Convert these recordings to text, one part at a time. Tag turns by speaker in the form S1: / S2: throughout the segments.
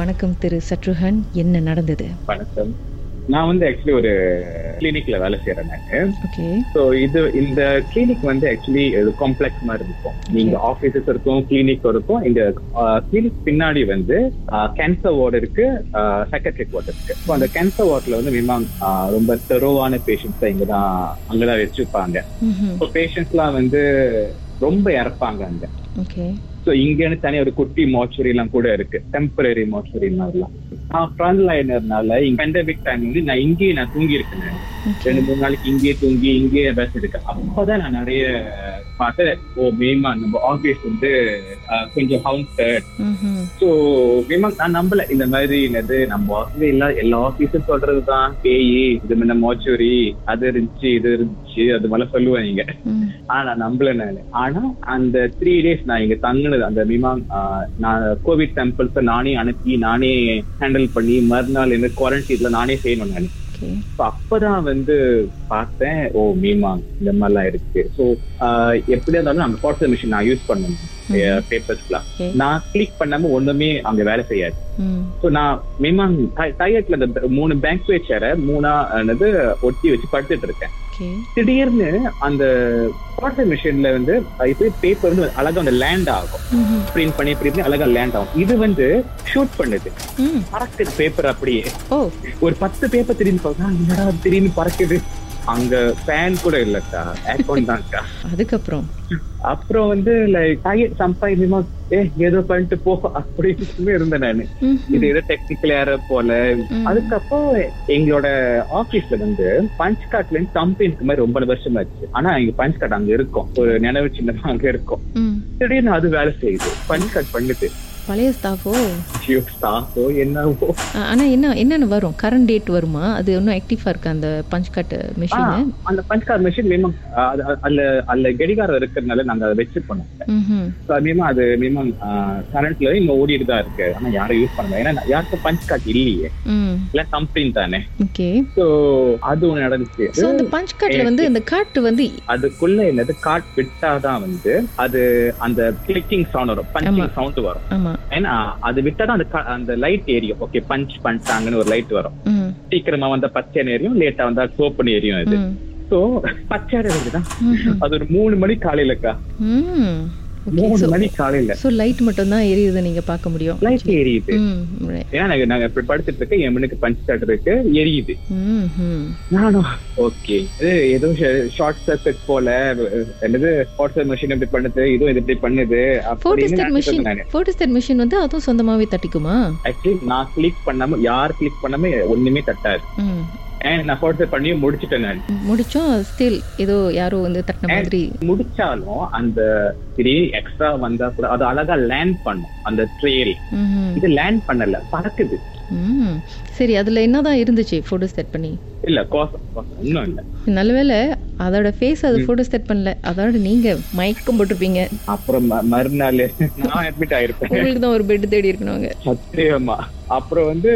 S1: வணக்கம் திரு சற்றுஹன் என்ன நடந்தது
S2: வணக்கம் நான் வந்து ஆக்சுவலி ஒரு கிளினிக்ல வேலை செய்யறேன் நானு
S1: ஓகே
S2: ஸோ இது இந்த கிளினிக் வந்து ஆக்சுவலி காம்ப்ளெக்ஸ் மாதிரி இருக்கும் நீங்க ஆஃபீஸஸ் இருக்கும் கிளினிக் இருக்கும் இந்த கிளினிக் பின்னாடி வந்து கேன்சர் வார்டு இருக்கு செக்ரட்டரி வார்டு இருக்கு ஸோ அந்த கேன்சர் வார்டில் வந்து மினிமம் ரொம்ப தெரோவான பேஷண்ட்ஸை இங்கே தான் அங்கே தான் வச்சுருப்பாங்க
S1: ம்ஹும்.
S2: ஸோ பேஷண்ட்ஸ்லாம் வந்து ரொம்ப இறப்பாங்க அங்கே
S1: ஓகே
S2: ஸோ இங்கேன்னு தனி ஒரு குட்டி mortuary எல்லாம் கூட இருக்கு டெம்பரரி மாச்சுரி மாதிரிலாம் நான் ஃப்ரண்ட் லைனர்னால பேண்டமிக் டைம் வந்து நான் இங்கேயே நான் தூங்கி இருக்கேன்
S1: Okay.
S2: ரெண்டு மூணு நாளைக்கு இங்கேயே தூங்கி இங்கேயே பேச இருக்கேன் அப்போதான் நான் நிறைய பார்த்தேன் ஓ மேமா நம்ம ஆஃபீஸ் வந்து அஹ், கொஞ்சம் ஹவுன்சர்ட்
S1: ம்ஹும்.
S2: ஸோ மேமா நான் நம்பல இந்த மாதிரி என்னது நம்ம ஆஃபீஸ் எல்லா எல்லா ஆஃபீஸும் சொல்றது தான் பேய் இது முன்ன மாச்சுரி அது இருந்துச்சு இது இருந்துச்சு அது மாதிரிலாம் சொல்லுவாங்க
S1: ம்.
S2: ஆனா நம்பல நானு ஆனா அந்த த்ரீ டேஸ் நான் இங்க தங்கினது அந்த மீமாங் நான் கோவிட் டெம்பிள்ஸ் நானே அனுப்பி நானே ஹேண்டில் பண்ணி மறுநாள் என்ன குவாரண்டைன்ல நானே செய்யணும் நான்
S1: ஓகே
S2: அப்பதான் வந்து பார்த்தேன் ஓ மீமாங் இந்த மாதிரிலாம் இருக்கு ஸோ எப்படியா இருந்தாலும் அந்த பாட்ஸ் மிஷின் நான் யூஸ் பண்ணணும்
S1: ம்.
S2: பேப்பர்ஸ்லாம்
S1: Okay.
S2: நான் கிளிக் பண்ணாம ஒண்ணுமே அங்க வேலை செய்யாது
S1: ம்.
S2: ஸோ நான் மீமாங் டயர்ட்ல அந்த மூணு பேங்க் சேரை மூணா என்னது ஒட்டி வச்சு படுத்துட்டு இருக்கேன்
S1: ஓகே
S2: திடீர்னு அந்த வாட்டர் மிஷின்ல வந்து இது பேப்பர் வந்து அழகா அந்த லேண்ட் ஆகும்
S1: ம்ஹும்.
S2: பிரிண்ட் பண்ணி print பண்ணி அழகா லேண்ட் ஆகும் இது வந்து ஷூட் பண்ணுது
S1: ம்.
S2: பறக்குது பேப்பர் அப்படியே
S1: ஓ
S2: ஒரு பத்து பேப்பர் திரும்பி பார்த்தா என்னடா திரும்பி பறக்குது அங்க ஃபேன் கூட இல்லக்கா ஏர்கான் தான்க்கா
S1: அதுக்கப்புறம்
S2: அப்புறம் வந்து லைக் டயர் சம்பாயிமா ஏ ஏதோ பண்ணிட்டு போ அப்படின்னு இருந்தேன் நானு
S1: ம்ஹும்.
S2: இது ஏதோ டெக்னிக்கல் யார போல
S1: ம்.
S2: அதுக்கப்புறம் எங்களோட ஆபீஸ்ல வந்து பஞ்ச் காட்ல இருந்து கம்பெனிக்கு மாதிரி ரொம்ப வருஷம் ஆச்சு ஆனா எங்க பஞ்ச் காட் அங்க இருக்கும் ஒரு நினைவு சின்னமா அங்க இருக்கும்
S1: ம்.
S2: திடீர்னு அது வேலை செய்யுது பஞ்ச் காட் பண்ணுது
S1: பழைய ஸ்டாஃபோ
S2: ஐயோ ஸ்டாஃபோ என்னவோ
S1: ஆனா என்ன என்னன்னு வரும் கரண்ட் டேட் வருமா அது இன்னும் ஆக்டிவா இருக்கு அந்த பஞ்ச் கட்
S2: ஆ,
S1: மிஷின்
S2: அந்த பஞ்ச் கார்டு மிஷின் மினிமம் அதுல அதுல கடிகாரம் இருக்கிறதுனால நாங்க அதை வச்சு பண்ணோம் So, அது மினிமம் அது மினிமம் கரண்ட்ல இன்னும் ஓடிட்டு தான் இருக்கு ஆனா யாரும் யூஸ் பண்ணல ஏன்னா யாருக்கும் பஞ்ச் கார்டு இல்லையே இல்ல கம்பெனி தானே
S1: ஓகே
S2: சோ அது ஒண்ணு நடந்துச்சு
S1: சோ அந்த பஞ்ச் கட்ல வந்து இந்த காட்டு வந்து
S2: அதுக்குள்ள என்னது காட் விட்டாதான் வந்து அது அந்த கிளிக்கிங் சவுண்ட் வரும்
S1: ஆமா.
S2: பஞ்சிங் சவுண்ட் வரும்
S1: ஆமா
S2: ஏன்னா அது விட்டாதான் அந்த க- அந்த லைட் எரியும் ஓகே பஞ்ச் பண்ணிட்டாங்கன்னு ஒரு லைட் வரும்
S1: ம்.
S2: சீக்கிரமா வந்தா பச்சை எரியும் லேட்டா வந்தா சோப்பு எரியும் இது
S1: ம்.
S2: சோ பச்சை எரியுதுதான்
S1: ம்ஹும்.
S2: அது ஒரு மூணு மணி காலையிலக்கா
S1: ம். Okay,
S2: மூணு
S1: so-
S2: மணி காலையில
S1: so light மட்டும்தான் எரியுது நீங்க பார்க்க முடியும்
S2: லைட் எரியுது
S1: ம், right.
S2: ஏன்னா நாங்க நாங்க இப்படி படுத்துட்டு இருக்கேன் என் மனுக்கு பஞ்ச் சாட் இருக்கு எரியுது
S1: ம், ம்.
S2: நானும் ஓகே இது ஏதோ ஷார்ட் சர்க்கிட் போல அஹ், என்னது வாட்ஸ்அப் மிஷின் இப்படி பண்ணுது இதுவும் இது இப்படி பண்ணுது அப்படின்னு
S1: Photostat machine-
S2: நினைச்சிட்டு நானு.
S1: Photostat machine வந்து அதுவும் சொந்தமாவே தட்டிக்குமா
S2: ஆக்சுவலி நான் கிளிக் பண்ணாம யார் கிளிக் பண்ணாம ஒண்ணுமே தட்டாது
S1: ம்.
S2: ஏன் நான் ஃபோட்டோ பண்ணி முடிச்சிட்டேன் நான்
S1: முடிச்சோம் ஸ்டில் ஏதோ யாரோ வந்து தட்டின மாதிரி
S2: முடிச்சாலும் அந்த திடீர் எக்ஸ்ட்ரா வந்தா கூட அது அழகா லேண்ட் பண்ணும் அந்த ட்ரெயில்
S1: ம்ஹும்.
S2: இது லேண்ட் பண்ணல பறக்குது
S1: ம். சரி அதுல என்னதான் இருந்துச்சு போட்டோஸ்டாட் பண்ணி
S2: இல்ல கோசம் கோசம் ஒன்றும் இல்ல
S1: நல்லவேளை அதோட ஃபேஸ் அது போட்டோஸ்டாட் பண்ணல அதோட நீங்க மயக்கம் போட்டிருப்பீங்க
S2: அப்புறம் ம- மறுநாள் நான் அட்மிட் ஆயிருப்பேன்
S1: உங்களுக்கு தான் ஒரு பெட் தேடி இருக்கணுங்க
S2: சத்தியமா அப்புறம் வந்து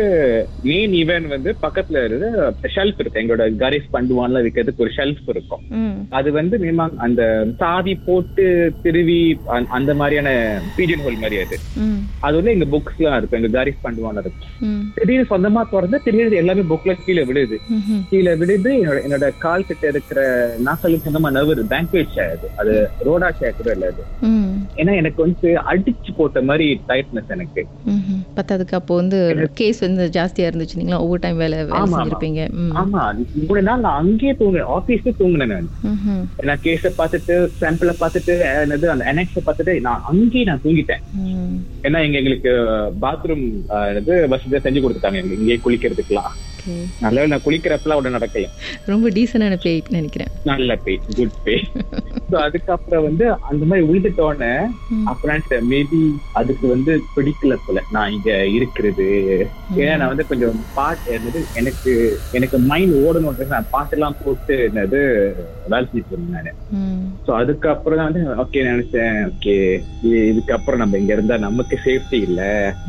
S2: மெயின் ஈவென்ட் வந்து பக்கத்துல இருந்து ஷெல்ஃப் இருக்கு எங்களோட கரேஜ் பண்டுவான்லாம் விற்கிறதுக்கு ஒரு ஷெல்ஃப் இருக்கும்
S1: ம்.
S2: அது வந்து மினிமம் அந்த சாவி போட்டு திருவி அந்த- அந்த மாதிரியான பீஜன் ஹோல் மாதிரி அது
S1: ம்.
S2: அது வந்து எங்க புக்ஸ் எல்லாம் இருக்கும் எங்க காரிஸ் பண்ணுவாங்க இருக்கும்
S1: ம்.
S2: திடீர்னு சொந்தமா திறந்து திடீர்னு எல்லாமே புக்ல கீழே விழுது
S1: ம்ஹும்.
S2: கீழே விழுது என்னோட என்னோட கால் கிட்ட இருக்கிற நாசலுக்கு சொந்தமா நவர் பேங்க்வேட் சேர் அது அது ரோடா சேர் கூட இல்ல அது
S1: ம்.
S2: ஏன்னா எனக்கு வந்து அடிச்சு போட்ட மாதிரி டைட்னஸ் எனக்கு
S1: ம்ஹும். பத்தாதுக்கு அப்போ வந்து கேஸ் வந்து ஜாஸ்தியா இருந்துச்சுங்களா ஓவர் டைம் வேலை வேலை
S2: ஆமா, ஆமா.
S1: செஞ்சிருப்பீங்க ம்.
S2: ஆமா மூணு நாள் நான் அங்கேயே தூங்கினேன் ஆபீஸ்ல தூங்கினேன் நான்
S1: ம்ஹும்.
S2: நான் கேஸ பார்த்துட்டு சாம்பிள பார்த்துட்டு அஹ், என்னது அந்த அனெக்ஸ பார்த்துட்டு நான் அங்கேயே நான் தூங்கிட்டேன்
S1: ம்.
S2: ஏன்னா இங்க எங்களுக்கு பாத்ரூம் இது வசதியா செஞ்சு கொடுத்துட்டாங்க எங்களுக்கு இங்கேயே குளிக்கிறதுக்குலாம்
S1: Okay.
S2: நல்ல நான் குளிக்கிறப்பெல்லாம் உடனே நடக்கல
S1: ரொம்ப டீசெண்டான பேய் நினைக்கிறேன்
S2: நல்ல பேய் குட் பேய் So, அதுக்கப்புறம் வந்து அந்த மாதிரி விழுந்துட்டோன்னே
S1: ம்.
S2: அப்புறம் மேபி அதுக்கு வந்து பிடிக்கல போல நான் இங்க இருக்கிறது ஏன்னா நான் வந்து கொஞ்சம் பாட்டு என்னது எனக்கு எனக்கு மைண்ட் ஓடணும்ன்றது நான் பாட்டெல்லாம் போட்டு என்னது வேலை செஞ்சுட்டு இருந்தேன் நானு
S1: ம்.
S2: ஸோ அதுக்கப்புறம் தான் வந்து ஓகே நினைச்சேன் ஓகே இதுக்கப்புறம் நம்ம இங்க இருந்தா நமக்கு சேஃப்டி இல்ல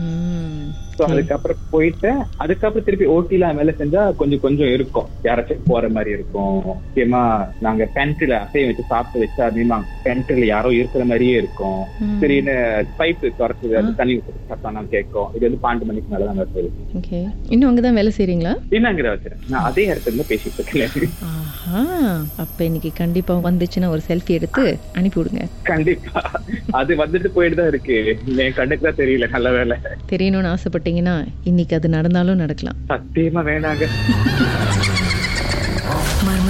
S1: ம்.
S2: சோ அதுக்கப்புறம் போயிட்டு அதுக்கப்புறம் திருப்பி ஓட்டில வேலை செஞ்சா கொஞ்சம் கொஞ்சம் இருக்கும் யாராச்சும் போற மாதிரி இருக்கும் முக்கியமா நாங்க பென்ட்ரில அசையம் வச்சு சாப்பிட்டு வச்சா அதிகமா பென்ட்ரில யாரோ இருக்கிற மாதிரியே இருக்கும்
S1: ம்.
S2: திடீர்னு பைப் திறக்குது அது தண்ணி சத்தம் கேட்கும் இது வந்து பன்னெண்டு மணிக்கு மேல தான் வருது
S1: ஓகே இன்னும் அங்கே தான் வேலை செய்கிறீங்களா
S2: என்னங்கிற வச்சுறேன் நான் அதே இடத்துல இருந்து பேசிட்டு இருக்கேன்
S1: ஆஹா அப்போ இன்னைக்கு கண்டிப்பாக வந்துச்சுன்னா ஒரு செல்ஃபி எடுத்து அனுப்பி விடுங்க
S2: கண்டிப்பா அது வந்துட்டு போயிட்டு தான் இருக்கு என் கண்ணுக்கு தான் தெரியல நல்ல வேலை
S1: தெரியணும்னு ஆசைப்பட்டீங்கன்னா இன்னைக்கு அது நடந்தாலும் நடக்கலாம்
S2: சத்தியமா வேணாங்க
S3: மர்ம